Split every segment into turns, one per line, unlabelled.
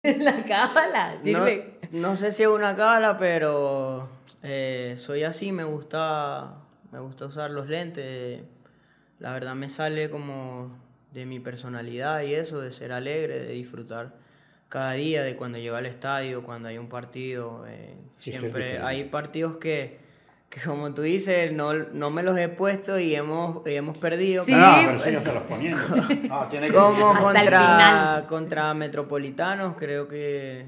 la cábala,
No,
sirve.
no sé si es una cala, pero eh, soy así, me gusta, me gusta usar los lentes. La verdad me sale como de mi personalidad y eso, de ser alegre, de disfrutar cada día, de cuando llego al estadio, cuando hay un partido. eh,
Sí, ser
siempre
diferente.
hay partidos que, que como tú dices, no, no me los he puesto y hemos, y hemos perdido.
Sí,
Ah, pero sigue se los poniendo. No, tiene que
Como
Hasta el final.
contra, contra Metropolitanos, creo que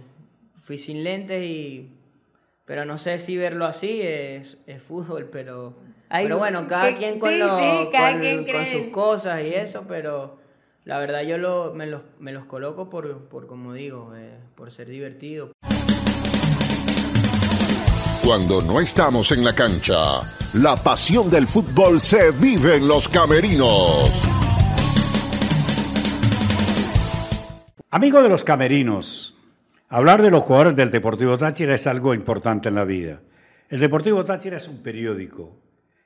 fui sin lentes y... Pero no sé si verlo así es, es fútbol, pero...
Ay,
pero bueno, cada
que-
quien con,
sí,
lo-
sí, cada
con-
quien
con
cree.
sus cosas y eso, pero la verdad yo lo, me, los, me los coloco por, por como digo, eh, por ser divertido,
Cuando no estamos en la cancha, la pasión del fútbol se vive en los camerinos.
Amigo de los camerinos, hablar de los jugadores del Deportivo Táchira es algo importante en la vida. El Deportivo Táchira es un periódico.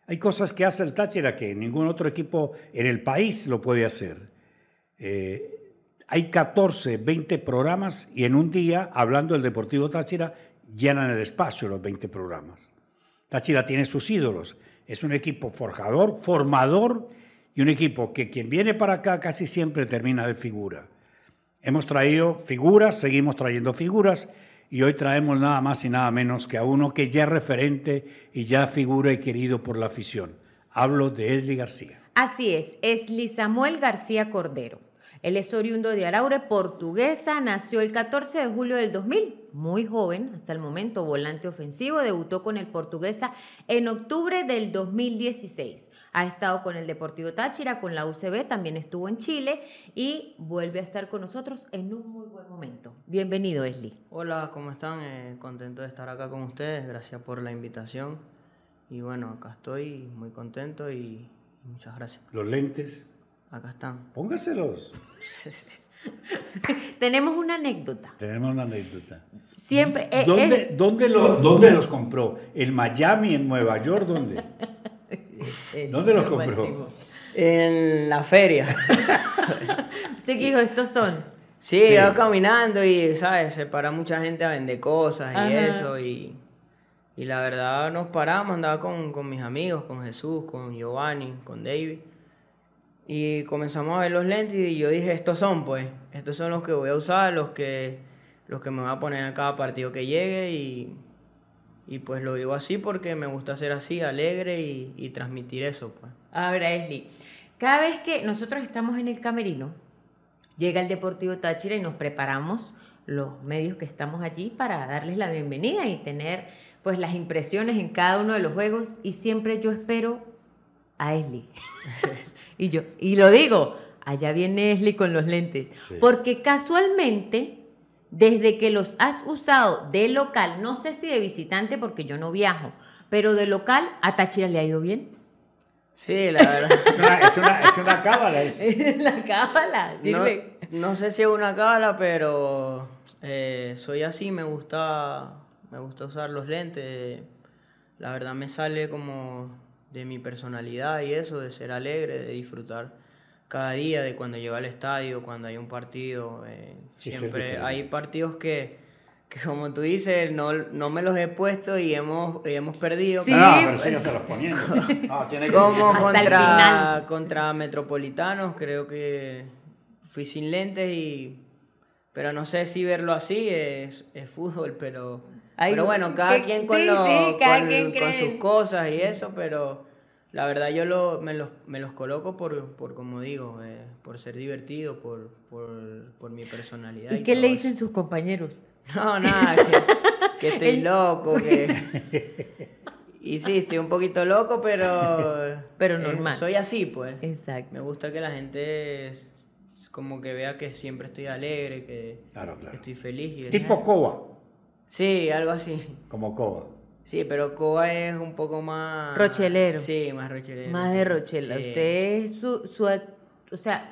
Hay cosas que hace el Táchira que ningún otro equipo en el país lo puede hacer. Eh, hay 14, 20 programas y en un día, hablando del Deportivo Táchira, llenan el espacio los 20 programas. Táchira tiene sus ídolos. Es un equipo forjador, formador y un equipo que quien viene para acá casi siempre termina de figura. Hemos traído figuras, seguimos trayendo figuras y hoy traemos nada más y nada menos que a uno que ya es referente y ya figura y querido por la afición. Hablo de Esli García.
Así es, es Lizamuel García Cordero. Él es oriundo de Araure, portuguesa, nació el 14 de julio del 2000, muy joven hasta el momento, volante ofensivo, debutó con el portuguesa en octubre del 2016. Ha estado con el Deportivo Táchira, con la UCB, también estuvo en Chile y vuelve a estar con nosotros en un muy buen momento. Bienvenido, Esli.
Hola, ¿cómo están? Eh, contento de estar acá con ustedes, gracias por la invitación. Y bueno, acá estoy muy contento y muchas gracias.
Los lentes,
Acá están.
póngaselos.
Tenemos una anécdota.
Tenemos una anécdota.
Siempre. eh,
¿Dónde,
eh,
dónde lo- dónde los compró? ¿En Miami, en Nueva York? ¿Dónde?
eh,
dónde los
lo
compró?
máximo.
En la feria.
Usted que dijo, estos son.
Sí,
Sí.
iba caminando y, ¿sabes? Se para mucha gente a vender cosas y
Ajá.
eso. Y, y la verdad nos paramos, andaba con, con mis amigos, con Jesús, con Giovanni, con David. Y comenzamos a ver los lentes y yo dije, estos son, pues, estos son los que voy a usar, los que, los que me voy a poner a cada partido que llegue. Y, y pues lo digo así porque me gusta ser así, alegre y, y transmitir eso, pues.
Ahora, Esli, cada vez que nosotros estamos en el camerino, llega el Deportivo Táchira y nos preparamos los medios que estamos allí para darles la bienvenida y tener pues las impresiones en cada uno de los juegos y siempre yo espero a Esli. y yo y lo digo, allá viene Esli con los lentes, porque casualmente desde que los has usado de local, no sé si de visitante porque yo no viajo, pero de local a Táchira le ha ido bien.
Sí, la verdad.
Es una, es una- es una cábala. es-
la cábala,
No,
sirve.
no sé si es una cábala, pero eh, soy así, me gusta, me gusta usar los lentes. La verdad me sale como de mi personalidad y eso, de ser alegre, de disfrutar cada día, de cuando llego al estadio, cuando hay un partido. eh,
Sí, ser
siempre
diferente.
hay partidos que, que como tú dices, no, no me los he puesto y hemos, y hemos perdido.
Sí,
No, Ah, pero sigue se los poniendo. No, tiene que
Como
Hasta el final.
contra, contra Metropolitanos, creo que fui sin lentes y... Pero no sé si verlo así es, es fútbol, pero...
Ay,
pero bueno, cada
que-
quien con,
sí,
lo-
sí, cada
con-
quien
con
cree.
sus cosas y eso, pero la verdad yo lo, me, los, me los coloco por, por como digo, eh, por ser divertido, por, por, por mi personalidad.
¿Y qué
todo
le
eso.
dicen sus compañeros?
No, nada, que, que estoy loco, que... Y sí, estoy un poquito loco, pero...
Pero
eh,
normal.
soy así, pues.
Exacto.
Me gusta que la gente es- es como que vea que siempre estoy alegre, que,
Claro,
que
claro.
estoy feliz. Y eso.
Tipo Coba.
Sí, algo así.
Como Coba.
Sí, pero Coba es un poco más...
Rochelero.
Sí, más rochelero.
Más
Eh, sí.
de Rochela.
Sí.
Usted es su, su act- o sea,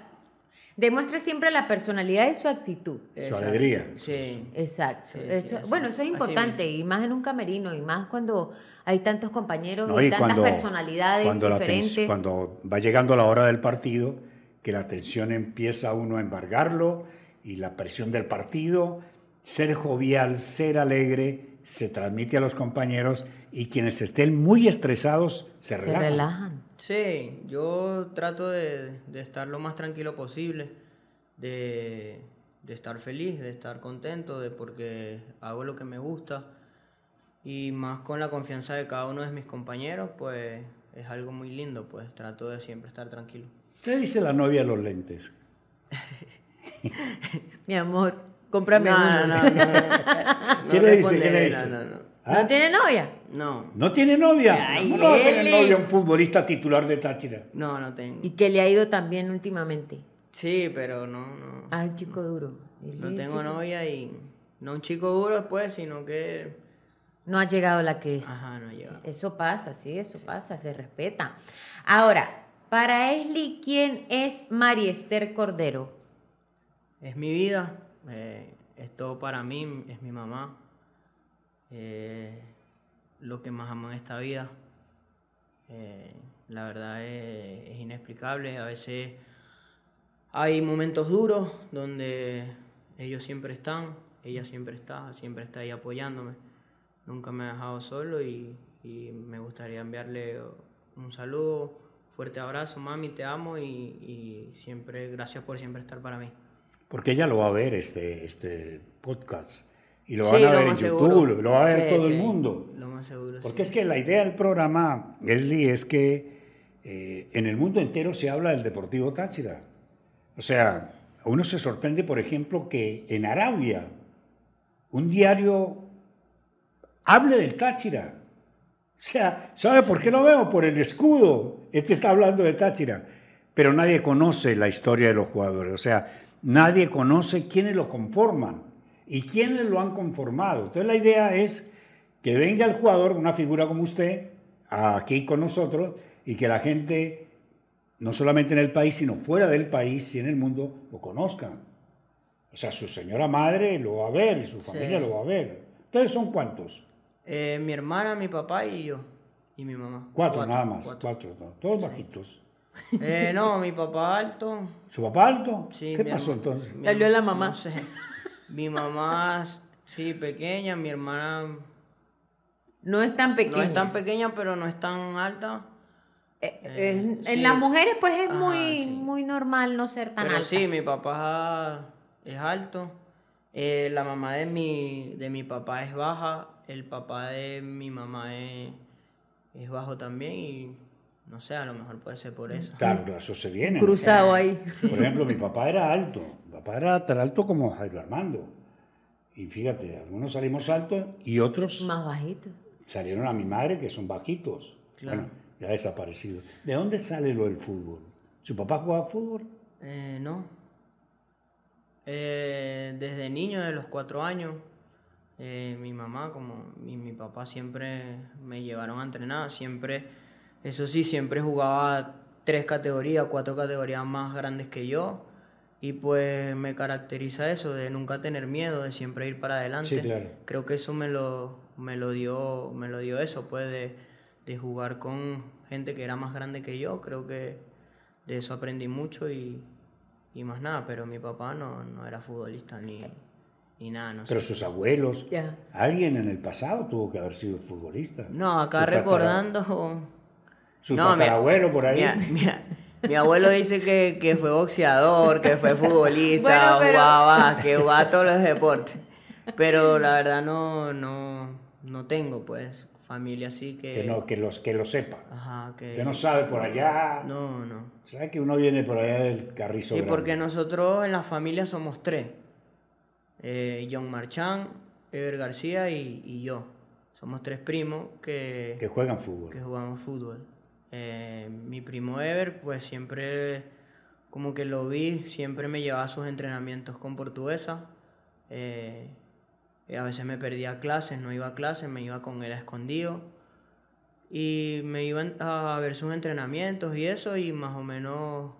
demuestra siempre la personalidad y su actitud.
Exacto.
alegría.
Sí.
Exacto.
Sí, sí,
Eso-
así-
bueno, eso es
así
importante, y más en un camerino, y más cuando hay tantos compañeros
No,
y,
y
tantas personalidades
cuando la tens-
diferentes.
cuando va llegando la hora del partido, que la tensión empieza a uno a embargarlo y la presión del partido ser jovial, ser alegre, se transmite a los compañeros y quienes estén muy estresados se
Se
relajan.
relajan.
Sí, yo trato de, de estar lo más tranquilo posible, de, de estar feliz, de estar contento, de porque hago lo que me gusta y más con la confianza de cada uno de mis compañeros, pues es algo muy lindo, pues trato de siempre estar tranquilo.
¿Qué dice la novia de los lentes?
Mi amor, cómprame
No, no,
unos.
no,
No,
no, no.
¿Qué
No
le dice? ¿Qué
responderé,
le dice?
No, no, no.
¿Ah?
tiene novia?
No,
¿No tiene novia?
Ay,
¿Cómo no va a tener
Eli.
novia un futbolista titular de Táchira?
no, no tengo.
Y que le ha ido también últimamente.
Sí, pero no, no.
Ay, chico duro. Él
No
es
tengo
chico-
novia y no un chico duro pues, sino que...
No ha llegado la que es.
Ajá, no llega.
Eso pasa, sí, eso pasa, se respeta. Ahora, para Esli, ¿quién es Mariester Cordero?
Es mi vida, eh, es todo para mí, es mi mamá, eh, lo que más amo en esta vida. Eh, la verdad es, es inexplicable, a veces hay momentos duros donde ellos siempre están, ella siempre está, siempre está ahí apoyándome, nunca me ha dejado solo y, y me gustaría enviarle un saludo, fuerte abrazo, mami, te amo y, y siempre, gracias por siempre estar para mí.
Porque ella lo va a ver este, este podcast. Y lo
Sí,
van a
lo
ver en
más
YouTube,
seguro.
lo va a ver
Sí,
todo el
sí.
mundo.
Lo más seguro.
Porque
sí.
es que la idea del programa, Esli, es que eh, en el mundo entero se habla del Deportivo Táchira. O sea, uno se sorprende, por ejemplo, que en Arabia un diario hable del Táchira. O sea, ¿sabe por qué lo veo? Por el escudo. Este está hablando de Táchira. Pero nadie conoce la historia de los jugadores. O sea, nadie conoce quiénes lo conforman y quiénes lo han conformado. Entonces la idea es que venga el jugador, una figura como usted, aquí con nosotros y que la gente, no solamente en el país, sino fuera del país y en el mundo, lo conozca. O sea, su señora madre lo va a ver y su familia lo va a ver. Entonces son cuántos?
Eh, mi hermana, mi papá y yo. Y mi mamá.
Cuatro, nada más,
cuatro.
cuatro, no, todos bajitos.
Eh, no, mi papá alto.
¿Su papá alto?
Sí,
¿Qué
mi
pasó
herma-
entonces?
mi
Salió
herma-
la mamá.
no sé. Mi mamá, sí, pequeña. Mi hermana
No es tan pequeño.
no es tan pequeña, pero no es tan alta.
Eh, eh,
Eh,
en
sí.
las mujeres pues es
Ajá,
muy,
sí.
muy normal no ser tan
Pero
alta.
sí, mi papá es alto. Eh, la mamá de mi, de mi papá es baja. El papá de mi mamá es, es bajo también. Y no sé, a lo mejor puede ser
Mm.
por eso.
Claro, eso se viene. ¿no?
Cruzado ahí.
Por ejemplo, mi papá era alto. Mi papá era tan alto como Jairo Armando. Y fíjate, algunos salimos altos y otros
Más bajito.
salieron a mi madre, que son bajitos.
Claro.
Bueno, ya desaparecido. ¿De dónde sale lo del fútbol? ¿Su papá jugaba fútbol?
Eh, no. Eh, desde niño, de los cuatro años, eh, mi mamá como y mi papá siempre me llevaron a entrenar. Siempre, eso sí, siempre jugaba tres categorías, cuatro categorías más grandes que yo. Y pues me caracteriza eso, de nunca tener miedo, de siempre ir para adelante.
Sí, claro.
Creo que eso me lo, me lo dio, me lo dio eso, pues, de, de jugar con gente que era más grande que yo. Creo que de eso aprendí mucho y, y más nada, pero mi papá no, no era futbolista ni, ni nada, no sé.
Pero sus abuelos.
Ya.
Alguien en el pasado tuvo que haber sido futbolista.
No, acá
Su tatara-
recordando.
Su
No, mi-
tatarabuelo por ahí.
Mi, a- mi a- mi abuelo dice que, que fue boxeador, que fue futbolista,
Bueno, pero-
jugaba básquet, jugaba todos los deportes. Pero la verdad no, no, no tengo, pues, familia así que.
que, no, que, los, que lo sepa.
Ajá, que.
Que no sabe por allá.
Eh, No, no.
¿Sabe que uno viene por allá del carrizo?
Sí,
Grande?
porque nosotros en la familia somos tres. Eh, John Marchán, Ever García y, y yo. Somos tres primos que,
Que juegan fútbol.
que jugamos fútbol. Eh, mi primo Ever, pues siempre, como que lo vi, siempre me llevaba a sus entrenamientos con portuguesa. Eh, eh, a veces me perdía clases, no iba a clases, me iba con él a escondido. Y me iban a ver sus entrenamientos y eso, y más o menos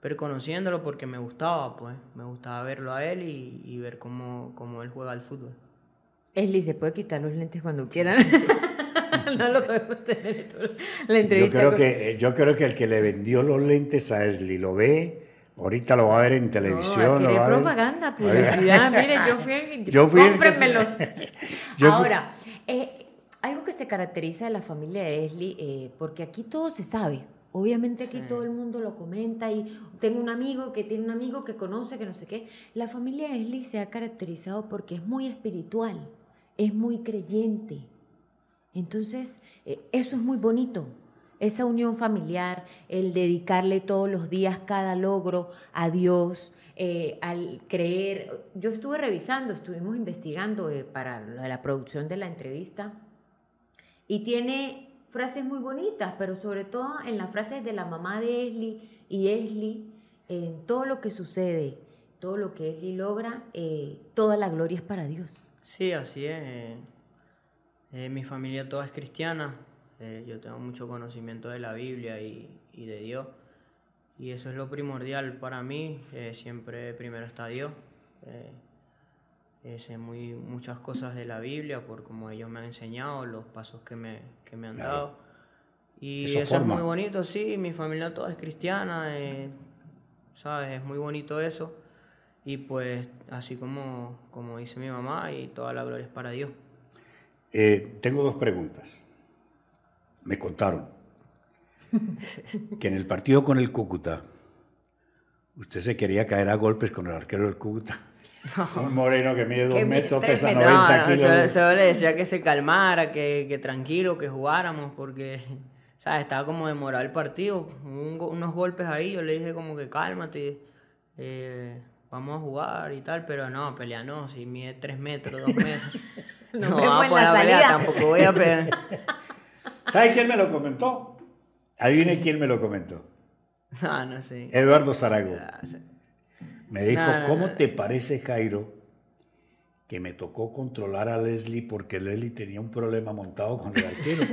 perconociéndolo porque me gustaba, pues. Me gustaba verlo a él y, y ver cómo, cómo él juega al fútbol.
Esli, se puede quitar los lentes cuando quieran. no lo podemos tener en todo- la
yo,
entrevista.
creo
con-
que, yo creo que el que le vendió los lentes a Esli lo ve, Ahorita lo va a ver en televisión.
No,
lo
tiene
va a ver-
propaganda, publicidad. Mire, yo fui.
Yo fui el que se-
cómprenmelos.
Yo fui-
Ahora, eh, algo que se caracteriza de la familia de Esli, eh, porque aquí todo se sabe. Obviamente aquí todo el mundo lo comenta y tengo un amigo que tiene un amigo que conoce, que no sé qué. La familia de Esli se ha caracterizado porque es muy espiritual, es muy creyente. Entonces, eh, eso es muy bonito, esa unión familiar, el dedicarle todos los días cada logro a Dios, eh, al creer. Yo estuve revisando, estuvimos investigando eh, para lo de la producción de la entrevista y tiene frases muy bonitas, pero sobre todo en las frases de la mamá de Esli y Esli, en todo lo que sucede, todo lo que Esli logra, eh, toda la gloria es para Dios.
Sí, así es. eh, eh, mi familia toda es cristiana. eh, yo tengo mucho conocimiento de la Biblia y, y de Dios. Y eso es lo primordial para mí. eh, siempre primero está Dios. eh, eh, sé muy, muchas cosas de la Biblia por como ellos me han enseñado, los pasos que me, que me han
Claro.
dado. Y
Eso
eso,
forma.
es muy bonito, sí. Mi familia toda es cristiana. eh, ¿Sabes? Es muy bonito eso. Y pues, así como, como dice mi mamá, y toda la gloria es para Dios.
Eh, tengo dos preguntas. Me contaron que en el partido con el Cúcuta, usted se quería caer a golpes con el arquero del Cúcuta. Un moreno que mide dos
Que mide
metros,
tres
pesa
metros.
90
no,
kilos.
se- se le decía que se calmara, que, que tranquilo, que jugáramos, porque, ¿sabes? Estaba como demorado el partido. Hubo un go- unos golpes ahí, yo le dije como que cálmate, eh, vamos a jugar y tal, pero no, pelea no, si mide tres metros, dos metros.
No me
No,
fue
vamos a
en
poner
la
a pelear,
salida.
tampoco voy a pelear.
¿Sabe quién me lo comentó? Adivine quién me lo comentó.
No, Ah, no sé.
Eduardo Zarago. Me dijo,
Ah, No, no,
¿cómo
no.
te parece, Jairo, que me tocó controlar a Leslie porque Leslie tenía un problema montado con el arquero?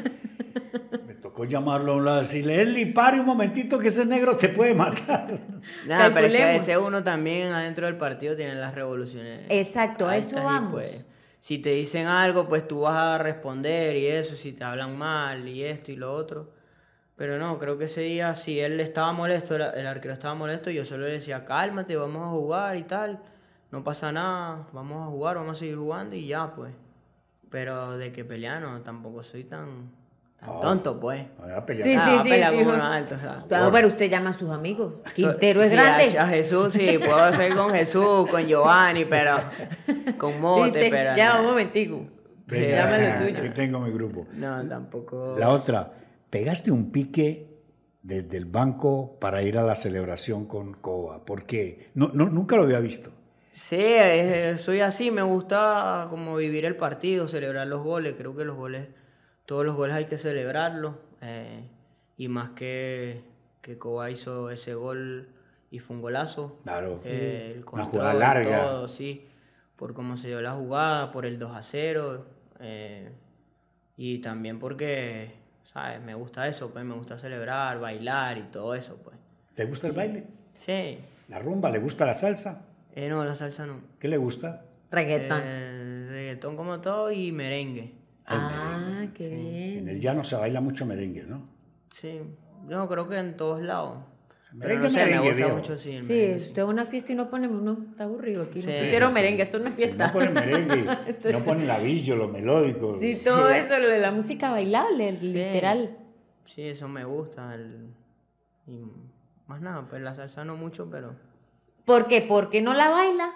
me tocó llamarlo a un lado y decirle, Leslie, pare un momentito que ese negro te puede matar.
Nada, pero es que a
Calculemos.
veces uno también adentro del partido tiene las revoluciones.
Exacto, a eso
altas y,
vamos.
pues, si te dicen algo, pues tú vas a responder y eso, si te hablan mal y esto y lo otro. Pero no, creo que ese día si él estaba molesto, el, el arquero estaba molesto, yo solo le decía, cálmate, vamos a jugar y tal. No pasa nada, vamos a jugar, vamos a seguir jugando y ya, pues. Pero de que peleano, tampoco soy tan, tan
No.
tonto, pues.
Me va a pelear.
Sí,
Ah,
sí, sí.
pela
dijo.
como uno alto, o sea.
Claro, pero usted llama a sus amigos. Quintero es
Sí,
grande.
A, a Jesús sí, puedo hacer con Jesús, con Giovanni, pero con Mote,
Dice,
pero
ya,
no,
un momentico.
Venga,
Llama lo suyo.
Yo tengo mi grupo.
no, tampoco.
La otra, pegaste un pique desde el banco para ir a la celebración con Coba, porque no, no- nunca lo había visto.
Sí, es- soy así, me gusta como vivir el partido, celebrar los goles, creo que los goles, todos los goles hay que celebrarlos, eh, y más que, que Coba hizo ese gol y fue un golazo,
Claro,
Eh, el
una
control,
jugada larga.
todo, sí, por cómo se dio la jugada, por el 2 a 0, eh, y también porque, ¿sabes? Me gusta eso, pues me gusta celebrar, bailar y todo eso, pues.
¿Te gusta el baile?
Sí,
¿La rumba? ¿Le gusta la salsa?
Eh, no, la salsa no.
¿Qué le gusta?
Reggaetón.
Eh, El reggaetón como todo y merengue.
el
ah, qué
En
bien.
el llano se baila mucho merengue, ¿no?
Sí, yo creo que en todos lados. Pero
Merengue,
no sé, me
merengue,
gusta
viejo.
mucho sí. el
Sí,
merengue,
usted va a una fiesta y no poneme uno. Está aburrido aquí.
Sí,
no quiero
sí.
merengue, esto no es fiesta.
No ponen merengue, no ponen labillo, lo melódico.
sí, todo eso, lo de la música bailable,
Sí.
literal.
Sí, eso me gusta. el- Y más nada, pues la salsa no mucho, pero.
¿Por qué? Porque no la baila.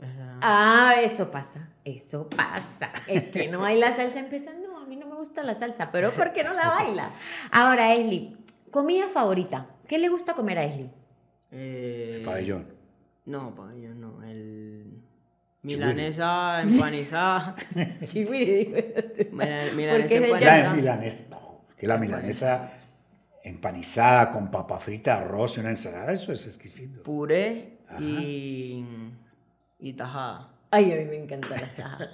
eh,
Ah, eso pasa, eso pasa. El que no baila salsa empieza, no, a mí no me gusta la salsa, pero ¿por qué no la baila? Ahora, Esli, comida favorita. ¿Qué le gusta comer a Esli?
eh,
Pabellón.
No, pabellón no. El. Milanesa empanizada.
Chihuiri, digo. este,
mila-
Porque
milanesa
es de
La
empanizada.
milanesa, no, que la milanesa empanizada con papa frita, arroz y una ensalada, eso es exquisito.
Puré y. Y tajada.
Ay, a mí me encantan las tajadas.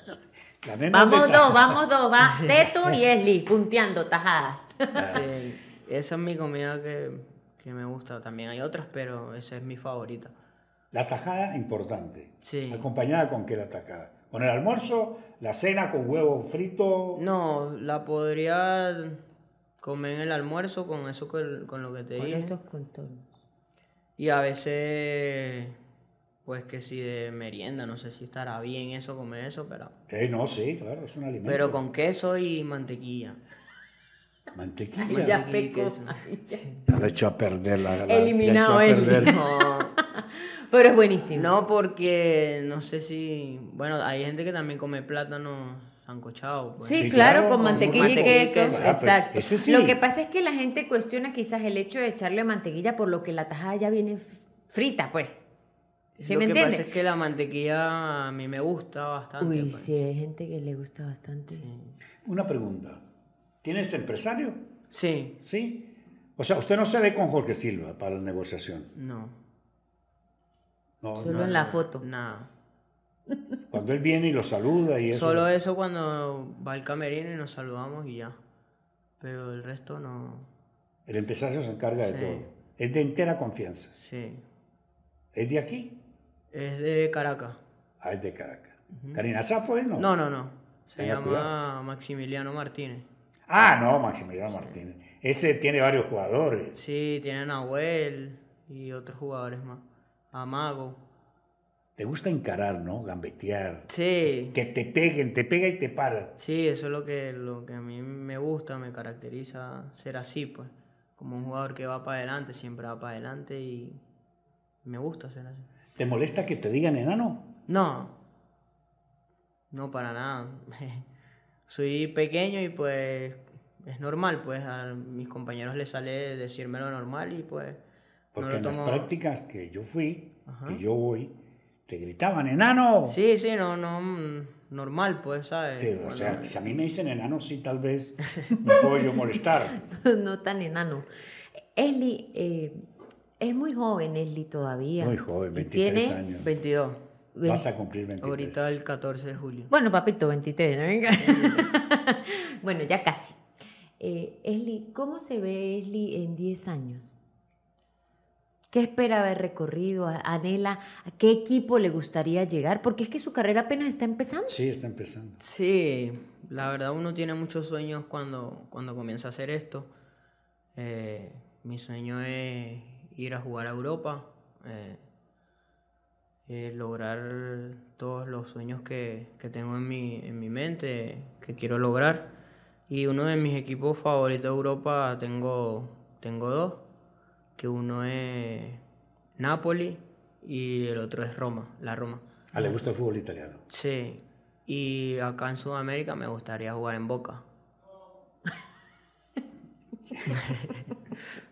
La nena de
Vamos
ta-
dos, vamos dos, va Teto y Esli, punteando tajadas.
Sí, esa es mi comida que, que me gusta. También hay otras, pero esa es mi favorita.
La tajada, importante.
Sí.
¿Acompañada con qué la tajada? Con el almuerzo, la cena con huevo frito.
No, la podría comer en el almuerzo con eso que- con lo que te
Con
dije.
esos contornos.
Y a veces, pues que si de merienda, no sé si estará bien eso, comer eso, pero...
Eh, no, sí, claro, es un alimento.
Pero con queso y mantequilla.
Ay,
Mantequilla.
ya
Mantequilla y
pecó.
queso.
Ay, ya.
Le echó a perder la... la- la
Eliminado
echó a
él.
perder.
No,
Pero es buenísimo.
no, porque no sé si... Bueno, hay gente que también come plátano sancochado. pues.
Sí,
Sí,
claro,
claro,
con
con
mantequilla y
mantequilla y
queso.
queso.
Ah, pero
exacto.
ese sí.
Lo que pasa es que la gente cuestiona quizás el hecho de echarle mantequilla por lo que la tajada ya viene f- frita, pues. ¿Se
Lo
me
que
entiende?
pasa es que la mantequilla a mí me gusta bastante.
Uy,
pues.
sí, hay gente que le gusta bastante.
Una pregunta. ¿Tienes empresario?
Sí,
Sí. O sea, usted no se ve con Jorge Silva para la negociación.
no,
No,
Solo
no.
en la foto.
nada.
Cuando él viene y lo saluda y eso.
Solo eso cuando va al camerino y nos saludamos y ya. Pero el resto no.
El empresario se encarga de
Sí.
todo. Es de entera confianza.
Sí.
¿Es de aquí?
Es de Caracas.
Ah, es de Caracas. ¿Karina Sá fue él? No.
No, no, no. Se
Tenga
llama
cuidado.
Maximiliano Martínez.
Ah, no, Maximiliano Martínez. Ese tiene varios jugadores.
Sí, tiene a Nahuel y otros jugadores más. A Mago.
Te gusta encarar, ¿no? Gambetear.
Sí.
Que te peguen, te pega y te para.
Sí, eso es lo que, lo que a mí me gusta, me caracteriza ser así, pues. Como un jugador que va para adelante, siempre va para adelante y me gusta ser así.
¿Te molesta que te digan enano?
No. No, para nada. Soy pequeño y pues es normal, pues a mis compañeros les sale decirme lo normal y pues
Porque
no
en
lo
las
tomo.
prácticas que yo fui,
Ajá.
que yo voy, te gritaban enano.
Sí, sí, no, no, mm, normal, pues, ¿sabes?
Sí, o
Bueno,
sea, si a mí me dicen enano, sí, tal vez me puedo yo molestar.
no tan enano. Esli, eh, es muy joven Esli todavía.
Muy joven,
Y
23
tiene
años.
22.
ve-
Vas a cumplir 23.
Ahorita el 14 de julio.
Bueno, papito, 23, ¿no? Venga. bueno, ya casi. Eh, Esli, ¿cómo se ve Esli en 10 años? ¿Qué espera haber recorrido? ¿A- ¿Anhela? ¿A qué equipo le gustaría llegar? Porque es que su carrera apenas está empezando.
Sí, está empezando.
Sí, la verdad uno tiene muchos sueños cuando, cuando comienza a hacer esto. Eh, mi sueño es ir a jugar a Europa, eh, eh, lograr todos los sueños que, que tengo en mi, en mi mente, que quiero lograr. Y uno de mis equipos favoritos de Europa tengo, tengo dos, que uno es Napoli y el otro es Roma, la Roma.
Ah, le gusta el fútbol italiano.
Sí, y acá en Sudamérica me gustaría jugar en Boca.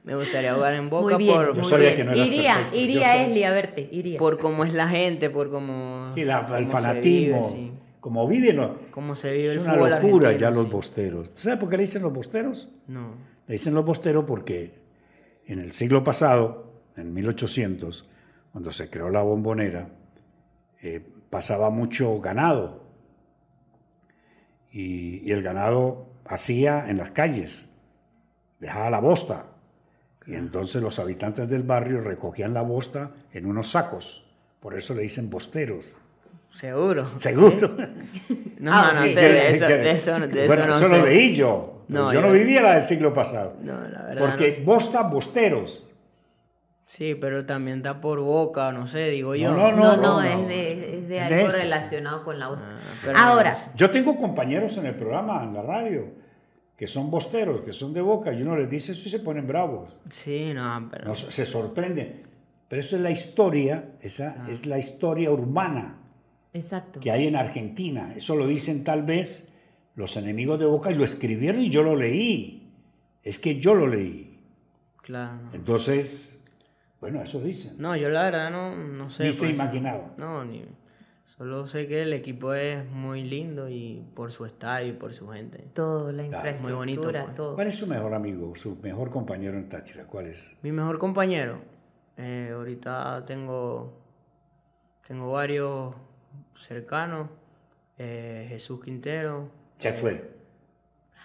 me gustaría jugar en Boca
muy bien.
por,
Yo
muy
sabía
bien.
que no eras
iría,
perfecto, yo
iría
sé.
Esli a verte, iría.
por cómo es la gente, por cómo,
Sí, la- el
Ah, cómo se
fanatismo.
vive, sí.
Como viven. los-
Cómo se vive
Es
el
una
fútbol
locura
argentino,
ya los
sí.
bosteros. ¿Tú ¿Sabes por qué le dicen los bosteros?
No,
Le dicen los bosteros porque en el siglo pasado, en 1800, cuando se creó la bombonera, eh, pasaba mucho ganado. Y, y el ganado hacía en las calles, dejaba la bosta. Y entonces los habitantes del barrio recogían la bosta en unos sacos. Por eso le dicen bosteros.
seguro.
Seguro.
No,
Ah,
no
ok.
sé, de eso, de eso, no- de eso
Bueno,
no
eso
sé.
lo leí yo. pero
No,
yo
yo-
no vivía la del siglo pasado.
No, la verdad. no
Porque
sé.
bosta, bosteros.
Sí, pero también está por Boca, no sé, digo yo.
no,
no, no, eh.
no, no.
es de, es de
Es
algo
de esas.
relacionado con la hostia.
pero
Ahora,
no
Yo tengo compañeros en el programa, en la radio, que son bosteros, que son de boca, y uno les dice eso y se ponen bravos.
Sí, no, pero
No, se se sorprenden. Pero eso es la historia, esa
Ah.
es la historia urbana
exacto.
que hay en Argentina. Eso lo dicen tal vez los enemigos de Boca y lo escribieron y yo lo leí. Es que yo lo leí.
claro. no.
Entonces, bueno, eso dicen.
No, yo la verdad no, no sé.
Ni se
pues.
imaginaba.
No, ni. Solo sé que el equipo es muy lindo y por su estadio y por su gente.
Todo, la
Claro,
infraestructura,
muy bonito, pues.
todo.
¿Cuál es su mejor amigo, su mejor compañero en Táchira? ¿Cuál es?
Mi mejor compañero. eh, ahorita tengo. Tengo varios cercanos. eh, Jesús Quintero.
Se fue.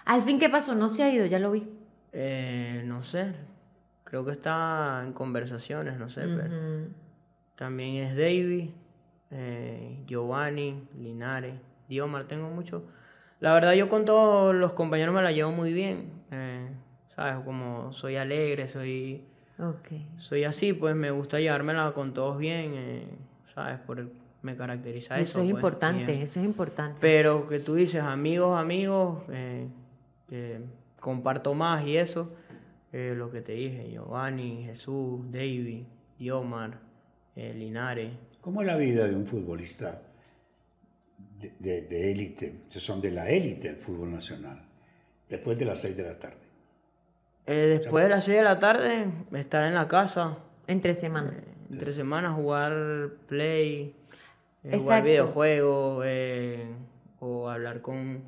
Al fin, ¿qué pasó? No se ha ido, ya lo vi.
eh, no sé. Creo que está en conversaciones, no sé, pero. También es David, eh, Giovanni, Linares, Diomar, tengo mucho. La verdad, yo con todos los compañeros me la llevo muy bien. eh, ¿Sabes? Como soy alegre, soy
Ok.
Soy así, pues me gusta llevármela con todos bien, eh, ¿sabes? Por el- me caracteriza eso.
Eso es
pues,
importante,
bien.
eso es importante.
Pero que tú dices amigos, amigos, eh, que comparto más y eso, eh, lo que te dije, Giovanni, Jesús, David, Diomar, eh, Linares.
¿Cómo es la vida de un futbolista de- de de élite? Que son de la élite del fútbol nacional. Después de las 6 de la tarde.
Eh, después de las 6 de la tarde, estar en la casa,
Entre semana.
entre semanas jugar play, eh, jugar
Exacto.
videojuegos, eh, o hablar con,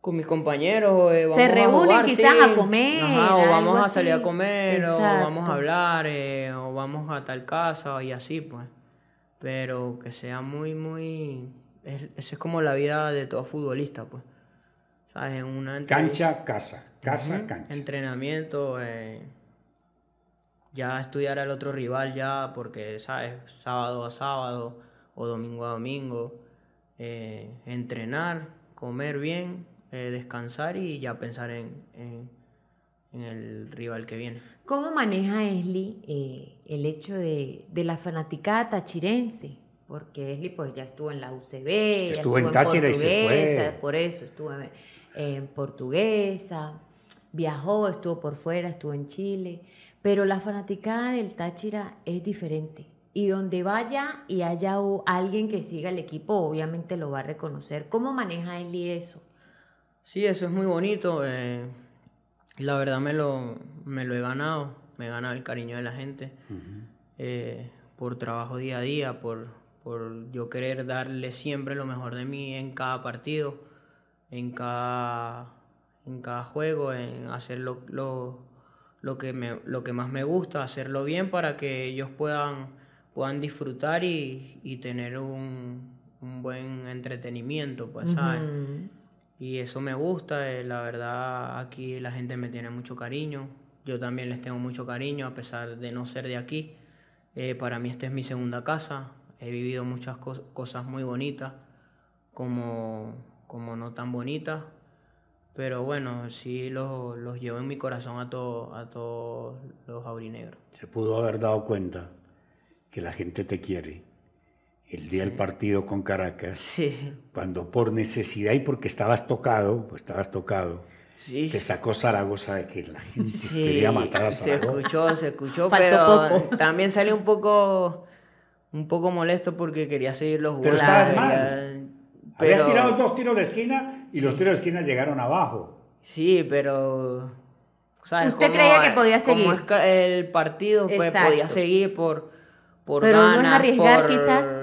con mis compañeros. eh,
Se
a
reúnen
jugar,
quizás
sí.
a comer,
Ajá, o vamos
algo
a salir
así.
a comer, o vamos
Exacto.
a hablar, eh, o vamos a tal casa, y así pues. Pero que sea muy, muy... es- Esa es como la vida de todo futbolista, pues. ¿Sabes? En una entrevista-
Cancha, casa. Casa, cancha.
entrenamiento, eh, ya estudiar al otro rival ya, porque, ¿sabes? Sábado a sábado o domingo a domingo, eh, entrenar, comer bien, eh, descansar y ya pensar en, en- en el rival que viene.
¿Cómo maneja Esli eh, el hecho de, de la fanaticada tachirense? Porque Esli pues ya estuvo en la UCB, ya
Estuvo en Táchira y se fue.
Portuguesa, por eso estuvo en, en Portuguesa, viajó, estuvo por fuera, estuvo en Chile, pero la fanaticada del Táchira es diferente. Y donde vaya y haya o- alguien que siga el equipo, obviamente lo va a reconocer. ¿Cómo maneja Esli eso?
Sí, eso es muy bonito. eh, la verdad me lo, me lo he ganado. Me he ganado el cariño de la gente. eh, por trabajo día a día, por, por yo querer darle siempre lo mejor de mí en cada partido, en cada, en cada juego, en hacer lo, lo, lo que me, lo que más me gusta, hacerlo bien para que ellos puedan, puedan disfrutar y, y tener un, un buen entretenimiento, pues, ¿sabes?
Mm,
Y eso me gusta, eh, la verdad aquí la gente me tiene mucho cariño, yo también les tengo mucho cariño a pesar de no ser de aquí. Eh, para mí esta es mi segunda casa, he vivido muchas cos- cosas muy bonitas como, como no tan bonitas, pero bueno, sí los, los llevo en mi corazón a todos a todos los aurinegros.
Se pudo haber dado cuenta que la gente te quiere. El día del partido con Caracas.
Sí,
Cuando por necesidad y porque estabas tocado, pues estabas tocado,
sí.
te sacó Zaragoza de que la gente
Sí,
quería matar a
se
Zaragoza.
escuchó, se escuchó,
Faltó
pero
poco.
también salí un poco, un poco molesto porque quería seguirlo
Pero
jugando.
estabas mal.
quería-
Habías
pero-
tirado dos tiros de esquina y los tiros de esquina llegaron abajo.
Sí, pero. ¿sabes?
Usted creía que podía seguir.
Como es ca- el partido, pues
Exacto.
podía seguir por, por
Pero no es
ganas,
arriesgar,
por-
quizás.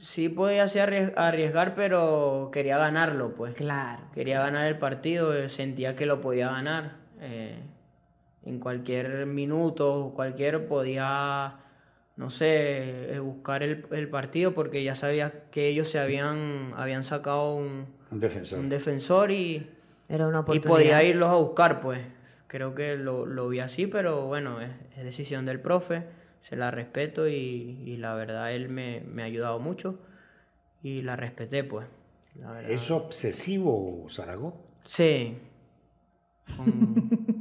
Sí, podía sí arries- arriesgar, pero quería ganarlo, pues.
claro.
Quería ganar el partido, eh, sentía que lo podía ganar. eh, en cualquier minuto, cualquier podía, no sé, eh, buscar el, el partido porque ya sabía que ellos se habían, habían sacado un,
Un defensor.
un defensor y,
Era una
y
oportunidad.
podía irlos a buscar, pues. Creo que lo, lo vi así, pero bueno, es, es decisión del profe, se la respeto y, y la verdad él me, me ha ayudado mucho y la respeté, pues. La verdad.
Eh,
Es obsesivo, Zaragoza.
Sí. Con-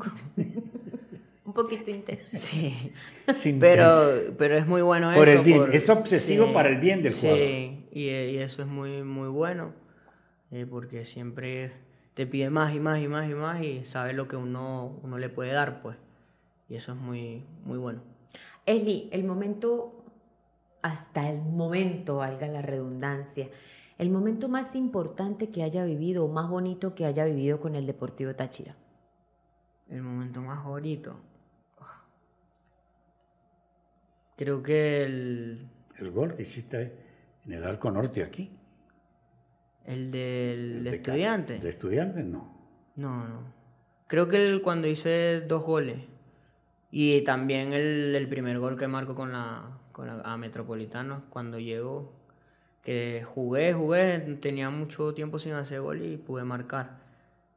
Un poquito intenso.
sí.
Sin pensar.
Pero, pero es muy bueno
Por el
eso.
bien, es obsesivo para el bien del
sí,
jugador.
y, eh, y eso es muy, muy bueno, eh, porque siempre te pide más y más y más y más y sabes lo que uno, uno le puede dar, pues. Y eso es muy, muy bueno.
Esli, el momento, hasta el momento, valga la redundancia, el momento más importante que haya vivido o más bonito que haya vivido con el Deportivo Táchira.
El momento más bonito. Creo que el,
El gol que hiciste en el Arco Norte aquí.
el del
El de Ca-
estudiante.
De estudiantes, no.
No, no. Creo que el- cuando hice dos goles y también el, el primer gol que marco con la, con la- a Metropolitanos cuando llegó, que jugué, jugué, tenía mucho tiempo sin hacer gol y pude marcar.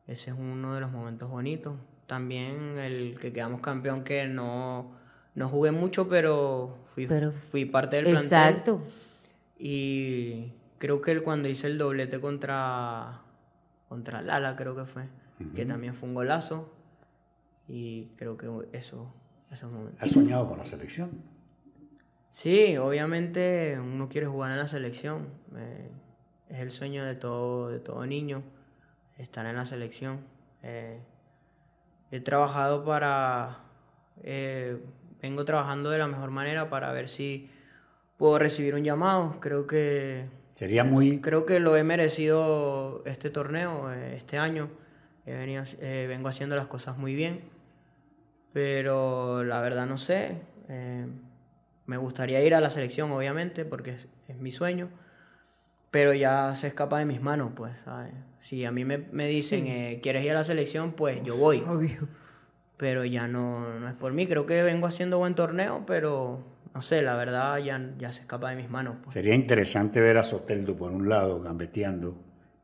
Ese es uno de los momentos bonitos. También el que quedamos campeón que no, no jugué mucho, pero fui,
Pero-
fui parte del plantel.
Exacto.
Y creo que el- cuando hice el doblete contra, contra Lala, creo que fue, que también fue un golazo. Y creo que eso, esos momentos.
¿Has soñado con la selección?
Sí, obviamente uno quiere jugar en la selección. eh, es el sueño de todo, de todo niño, estar en la selección. Eh, he trabajado para... eh, vengo trabajando de la mejor manera para ver si puedo recibir un llamado. Creo que
Sería muy...
Creo que lo he merecido este torneo, eh, este año. He venido, eh, vengo haciendo las cosas muy bien. Pero la verdad no sé. Eh, me gustaría ir a la selección, obviamente, porque es, es mi sueño. Pero ya se escapa de mis manos, pues. ¿sabes? Si a mí me, me dicen, eh, ¿quieres ir a la selección? Pues yo voy.
Obvio.
Pero ya no, no es por mí. Creo que vengo haciendo buen torneo, pero no sé, la verdad ya, ya se escapa de mis manos. Pues.
Sería interesante ver a Soteldo por un lado gambeteando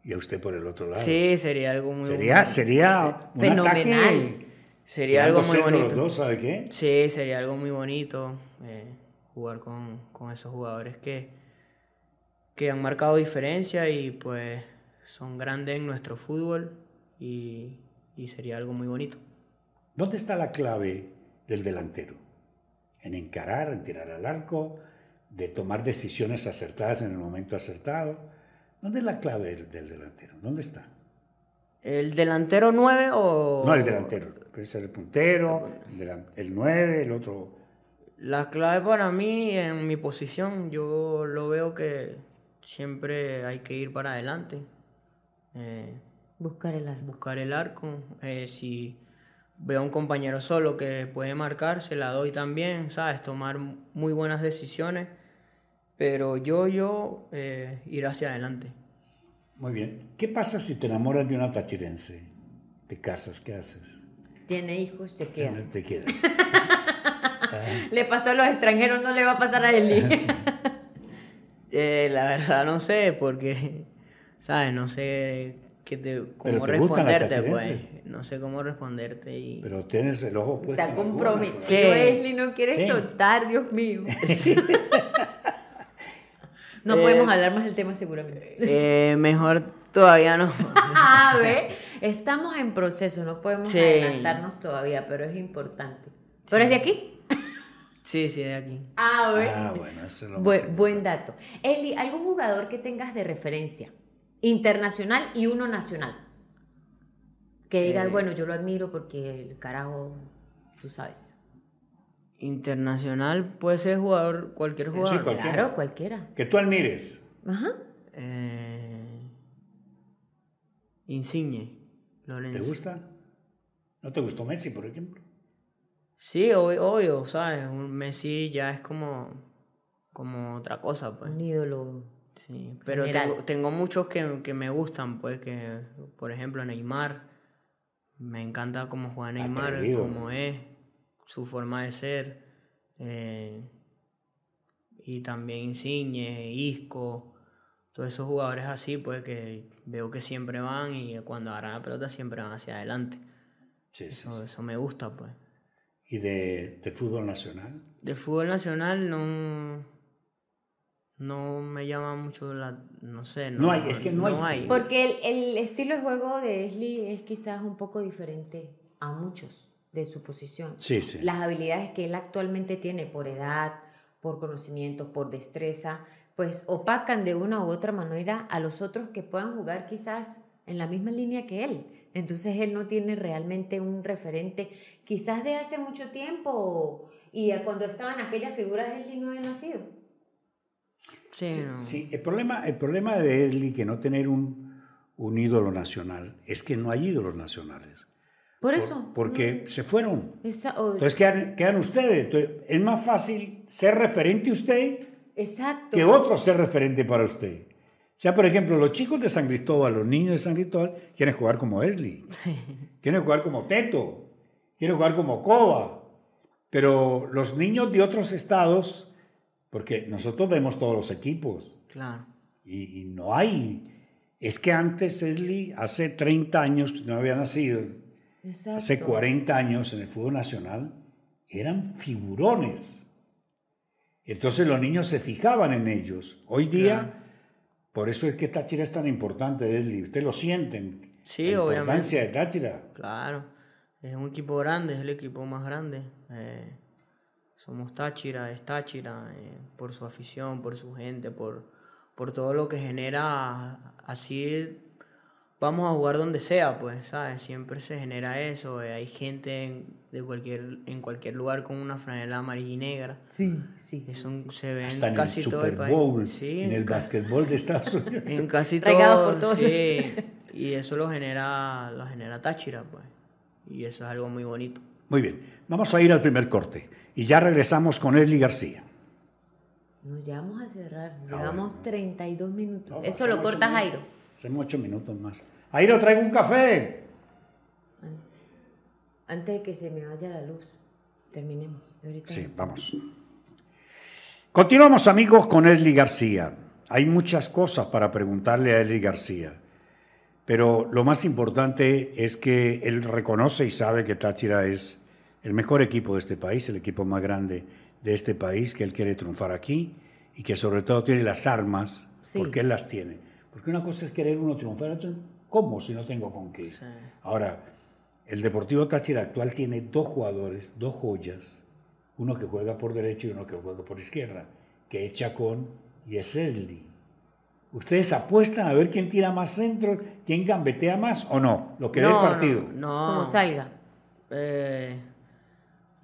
y a usted por el otro lado.
Sí, sería algo muy
Sería,
bonito.
sería un
Fenomenal.
ataque.
Sería algo muy
Dándose Los
bonito.
dos, ¿sabe qué?
Sí, sería algo muy bonito eh, jugar con, con esos jugadores que, que han marcado diferencia y pues son grandes en nuestro fútbol y, y sería algo muy bonito.
¿Dónde está la clave del delantero? En encarar, en tirar al arco, de tomar decisiones acertadas en el momento acertado. ¿Dónde es la clave del, del delantero? ¿Dónde está?
¿El delantero 9 o...?
No el delantero, puede ser el puntero, el, delan- el 9, el otro.
La clave para mí en mi posición, yo lo veo que siempre hay que ir para adelante. Eh,
Buscar el arma.
buscar el arco. eh, si veo a un compañero solo que puede marcar, se la doy también, ¿sabes? Tomar muy buenas decisiones. Pero yo, yo, eh, ir hacia adelante.
Muy bien. ¿Qué pasa si te enamoras de una tachirense? ¿Te casas? ¿Qué haces?
Tiene hijos, se queda.
¿Te quedas?
Le pasó a los extranjeros, no le va a pasar a Eli.
Eh, la verdad no sé, porque, ¿sabes? No sé qué te, cómo
te gustan las
responderte, pues.
cachirenses.
No sé cómo responderte y...
Pero tienes el ojo puesto. en
Está
alguna,
comprometido,
por
Sí.
Eli, no quieres
pues, Sí.
soltar, Dios mío. No podemos hablar más del tema seguramente.
Eh, mejor todavía no.
A ver, estamos en proceso, no podemos
Sí.
adelantarnos todavía, pero es importante. ¿Tú eres de aquí?
Sí, sí, de aquí.
A
ahí.
ver.
Ah, bueno, eso es lo más
Buen,
importante.
buen dato. Eli, ¿algún jugador que tengas de referencia? Internacional y uno nacional. Que
Eh.
digas, bueno, yo lo admiro porque el carajo, tú sabes.
Internacional puede ser jugador, cualquier jugador.
Sí, cualquiera.
Claro, cualquiera.
Que tú admires.
Ajá.
Eh, Insigne,
¿Te
Lorenzo.
gusta? ¿No te gustó Messi, por ejemplo?
Sí, ob- obvio, ¿sabes? Un Messi ya es como, como otra cosa, pues.
Un ídolo.
Sí, pero
General.
tengo, tengo muchos que, que me gustan, pues, que, por ejemplo, Neymar. Me encanta cómo juega Neymar,
Atrevido.
cómo es, su forma de ser. eh, y también Insigne, Isco, todos esos jugadores así, pues, que veo que siempre van y cuando agarran la pelota siempre van hacia adelante.
Sí, sí,
Eso,
sí.
eso me gusta, pues.
¿Y de, de fútbol nacional?
De fútbol nacional no. No me llama mucho la. No sé.
No hay, es que no hay.
Porque el, el estilo de juego de Esli es quizás un poco diferente a muchos de su posición.
Sí, sí.
las habilidades que él actualmente tiene por edad, por conocimiento, por destreza, pues opacan de una u otra manera a los otros que puedan jugar quizás en la misma línea que él. Entonces él no tiene realmente un referente, quizás de hace mucho tiempo y de cuando estaban aquellas figuras él y no había nacido.
Sí,
Sí,
no.
sí, el problema, el problema de Edli que no tener un, un ídolo nacional es que no hay ídolos nacionales.
Por
Por-
eso.
porque se fueron.
no, esa- o-
Entonces quedan, quedan ustedes. Entonces, es más fácil ser referente usted
exacto.
que otro ser referente para usted. O sea, por ejemplo, los chicos de San Cristóbal, los niños de San Cristóbal, quieren jugar como Esli, quieren jugar como Teto, quieren jugar como Coba. Pero los niños de otros estados, porque nosotros vemos todos los equipos,
Claro.
y, y no hay. Es que antes Esli, hace 30 años, no había nacido,
Exacto.
hace 40 años en el fútbol nacional, eran figurones. Entonces los niños se fijaban en ellos. Hoy día, por eso es que Táchira es tan importante, Esli. Ustedes lo sienten.
Sí,
la importancia de Táchira.
Claro. Es un equipo grande, es el equipo más grande. Eh, somos Táchira, es Táchira, eh, por su afición, por su gente, por, por todo lo que genera. Así vamos a jugar donde sea, pues, ¿sabes? Siempre se genera eso. eh, hay gente en, de cualquier, en cualquier lugar con una franela amarilla y negra.
Sí, sí.
Eso se ve
Hasta
en
en el
casi todo el
Super
país.
Bowl,
Sí,
en el
ca-
básquetbol de Estados Unidos.
en casi
Regado
todo,
por todos
sí. Y eso lo genera, lo genera Táchira, pues. Y eso es algo muy bonito.
Muy bien, vamos a ir al primer corte y ya regresamos con Esli García.
Nos llevamos a cerrar.
bueno.
Llevamos 32 minutos.
No,
Eso
son
lo
ocho
corta
minutos.
Jairo.
Hacemos ocho minutos más. Airo, traigo un café.
Antes de que se me vaya la luz. Terminemos. Y ahorita-
Sí, vamos. Continuamos amigos con Esli García. Hay muchas cosas para preguntarle a Esli García, pero lo más importante es que él reconoce y sabe que Táchira es el mejor equipo de este país, el equipo más grande de este país, que él quiere triunfar aquí y que sobre todo tiene las armas,
Sí.
porque él las tiene. Porque una cosa es querer uno triunfar, otra, ¿cómo si no tengo con qué? Ahora, el Deportivo Táchira actual tiene dos jugadores, dos joyas, uno que juega por derecha y uno que juega por izquierda, que es Chacón y es Esli. ¿Ustedes apuestan a ver quién tira más centros, quién gambetea más o no? Lo que dé el
No, no,
partido.
No.
Como salga.
Eh,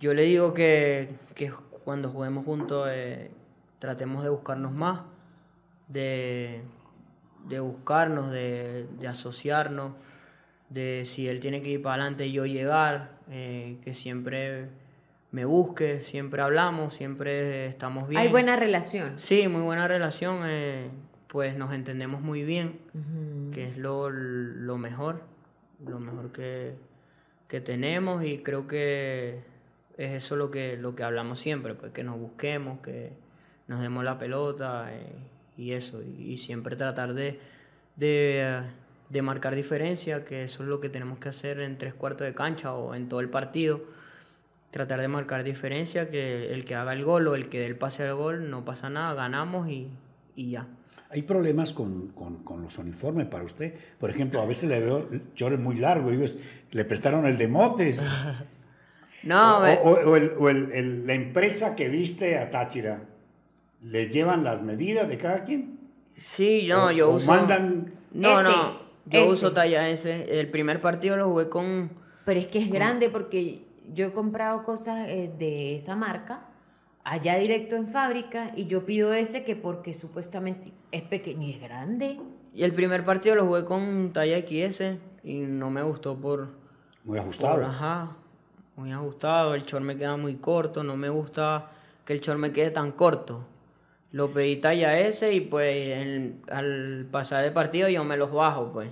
yo le digo que, que cuando juguemos juntos eh, tratemos de buscarnos más, de, de buscarnos, de, de asociarnos, de si él tiene que ir para adelante yo llegar, eh, que siempre me busque, siempre hablamos, siempre estamos bien.
Hay buena relación.
Sí, muy buena relación, eh, pues nos entendemos muy bien, que es lo, lo mejor, lo mejor que, que tenemos y creo que es eso lo que, lo que hablamos siempre, pues que nos busquemos, que nos demos la pelota eh, y eso, y, y siempre tratar de, de, de marcar diferencia, que eso es lo que tenemos que hacer en tres cuartos de cancha o en todo el partido tratar de marcar diferencia, que el que haga el gol o el que dé el pase al gol, no pasa nada, ganamos y, y ya.
Hay problemas con, con- con los uniformes para usted. Por ejemplo, a veces le veo chores muy largos. y digo, le prestaron el de motes.
Ah, No,
o,
eh,
o- o el- o el- el- la empresa que viste a Táchira, ¿le llevan las medidas de cada quien?
sí, no,
o-
yo
o
uso...
mandan-
No,
Ese,
no, yo
ese.
uso talla S. El primer partido lo jugué con...
Pero es que es grande porque yo he comprado cosas eh, de esa marca allá directo en fábrica y yo pido ese que porque supuestamente es pequeño y es grande.
Y el primer partido lo jugué con talla XS y no me gustó por...
Muy ajustable.
Ajá, muy ajustado. El short me queda muy corto. No me gusta que el short me quede tan corto. Lo pedí talla S y pues en- al pasar el partido yo me los bajo, pues.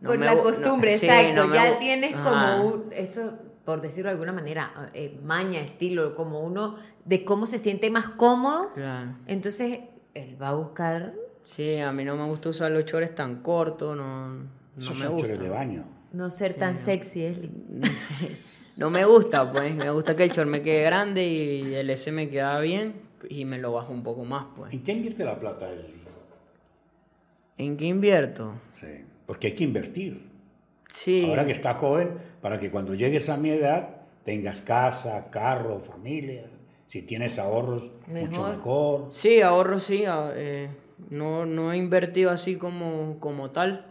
No
Por
me
la
gu- no-
costumbre,
sí,
exacto.
no me
ya
gu-
tienes
Ajá.
como un, eso, por decirlo de alguna manera, eh, maña, estilo, como uno de cómo se siente más cómodo.
Claro.
Entonces, él va a buscar,
Sí, a mí no me gusta usar los shorts tan cortos. No, no
Esos
me
son
gusta.
chores de baño.
no ser tan sexy. Es,
No me gusta, pues. Me gusta que el short me quede grande y el S me queda bien y me lo bajo un poco más, pues.
¿En qué invierte la plata él?
¿En qué invierto?
Sí, Porque hay que invertir.
Sí.
Ahora que estás joven, para que cuando llegues a mi edad tengas casa, carro, familia. Si tienes ahorros, mucho
Mejor.
mejor.
Sí, ahorro sí. a- eh, no, no he invertido así como, como tal,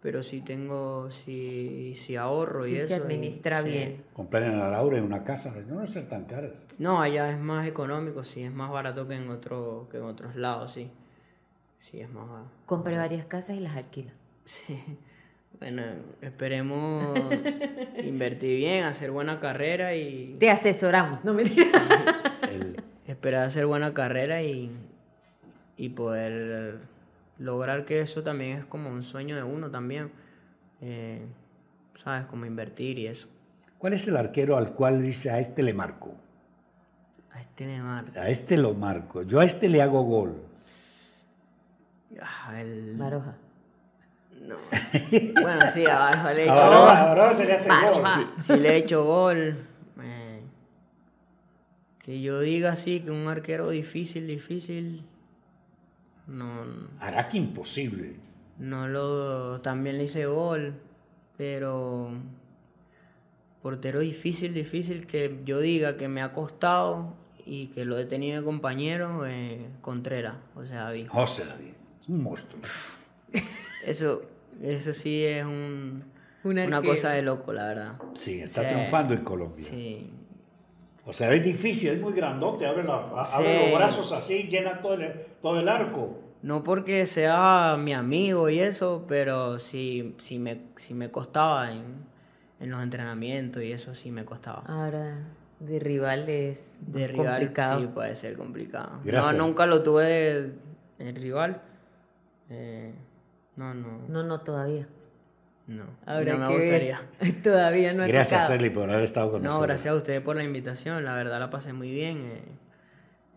pero sí tengo, sí, sí ahorro y
si
eso.
se
y-
administra
sí.
bien.
Comprar en la Laura en una casa, no van a ser tan caras.
No, allá es más económico, sí, es más barato que en, otro, que en otros lados, sí. Sí, es más barato.
Compre varias casas y las alquila.
Sí. Bueno, esperemos invertir bien, hacer buena carrera y...
Te asesoramos, no me
El-
Esperar hacer buena carrera y, y poder lograr que eso también es como un sueño de uno también. Eh, ¿Sabes? Como invertir y eso.
¿Cuál es el arquero al cual dice a este le marco?
A este le marca.
A este lo marco. Yo a este le hago gol.
Ah, el-
Maroja.
Bueno, sí, a Barba le he hecho
Ahora,
gol.
ahora se le hace
Vale,
gol.
va.
sí.
Sí le he hecho gol. Eh, que yo diga así, que un arquero difícil, difícil. No,
Hará que imposible.
No lo. También le hice gol. Pero. portero difícil, difícil que yo diga que me ha costado y que lo he tenido de compañero, eh, Contreras, o sea, David.
José David, es un monstruo.
Eso, eso sí es un-
Un
una
arquero.
cosa de loco, la verdad.
Sí, está
Sí.
triunfando en Colombia.
Sí,
O sea, es difícil, es muy grandote, abre, la- a- abre
Sí.
los brazos así, llena todo el, todo el arco.
No porque sea mi amigo y eso, pero sí, sí, me, sí me costaba en, en los entrenamientos y eso sí me costaba.
Ahora, de rival es más
Derribar
complicado.
sí puede ser complicado.
Gracias.
No, nunca lo tuve el rival. Eh, no, no,
No, no, todavía.
no.
Ahora
no me
que ver.
gustaría.
Todavía no ha
Gracias,
tocado.
Eli, por haber estado con
No,
nosotros.
gracias a ustedes por la invitación. La verdad la pasé muy bien. eh,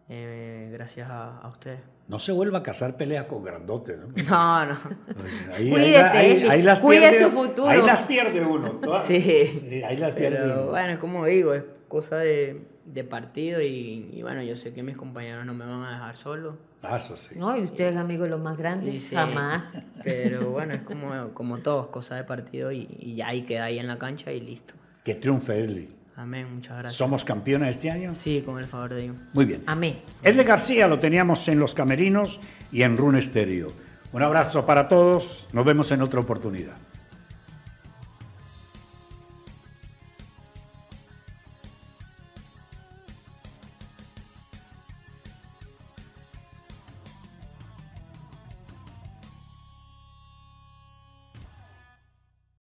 eh, gracias a, a ustedes.
No se vuelva a cazar peleas con grandote, ¿no?
No, no.
Pues ahí,
Cuídese,
ahí- ahí- ahí las
cuide
pierde-
su futuro.
Ahí las pierde uno. todas.
Sí.
Ah, ahí las pierde
Pero
uno.
bueno, como digo, es cosa de, de partido y, y bueno, yo sé que mis compañeros no me van a dejar solo.
Ah, eso sí.
No, y ustedes, amigos, los más
Y
grandes,
sí,
jamás.
Pero bueno, es como, como todos, cosa de partido y, y ya ahí queda ahí en la cancha y listo.
Que triunfe, Eli.
Amén, muchas gracias.
¿Somos campeones este año?
Sí, con el favor de Dios.
Muy bien.
Amén.
Edle García lo teníamos en Los Camerinos y en Run Estéreo. Un abrazo para todos. Nos vemos en otra oportunidad.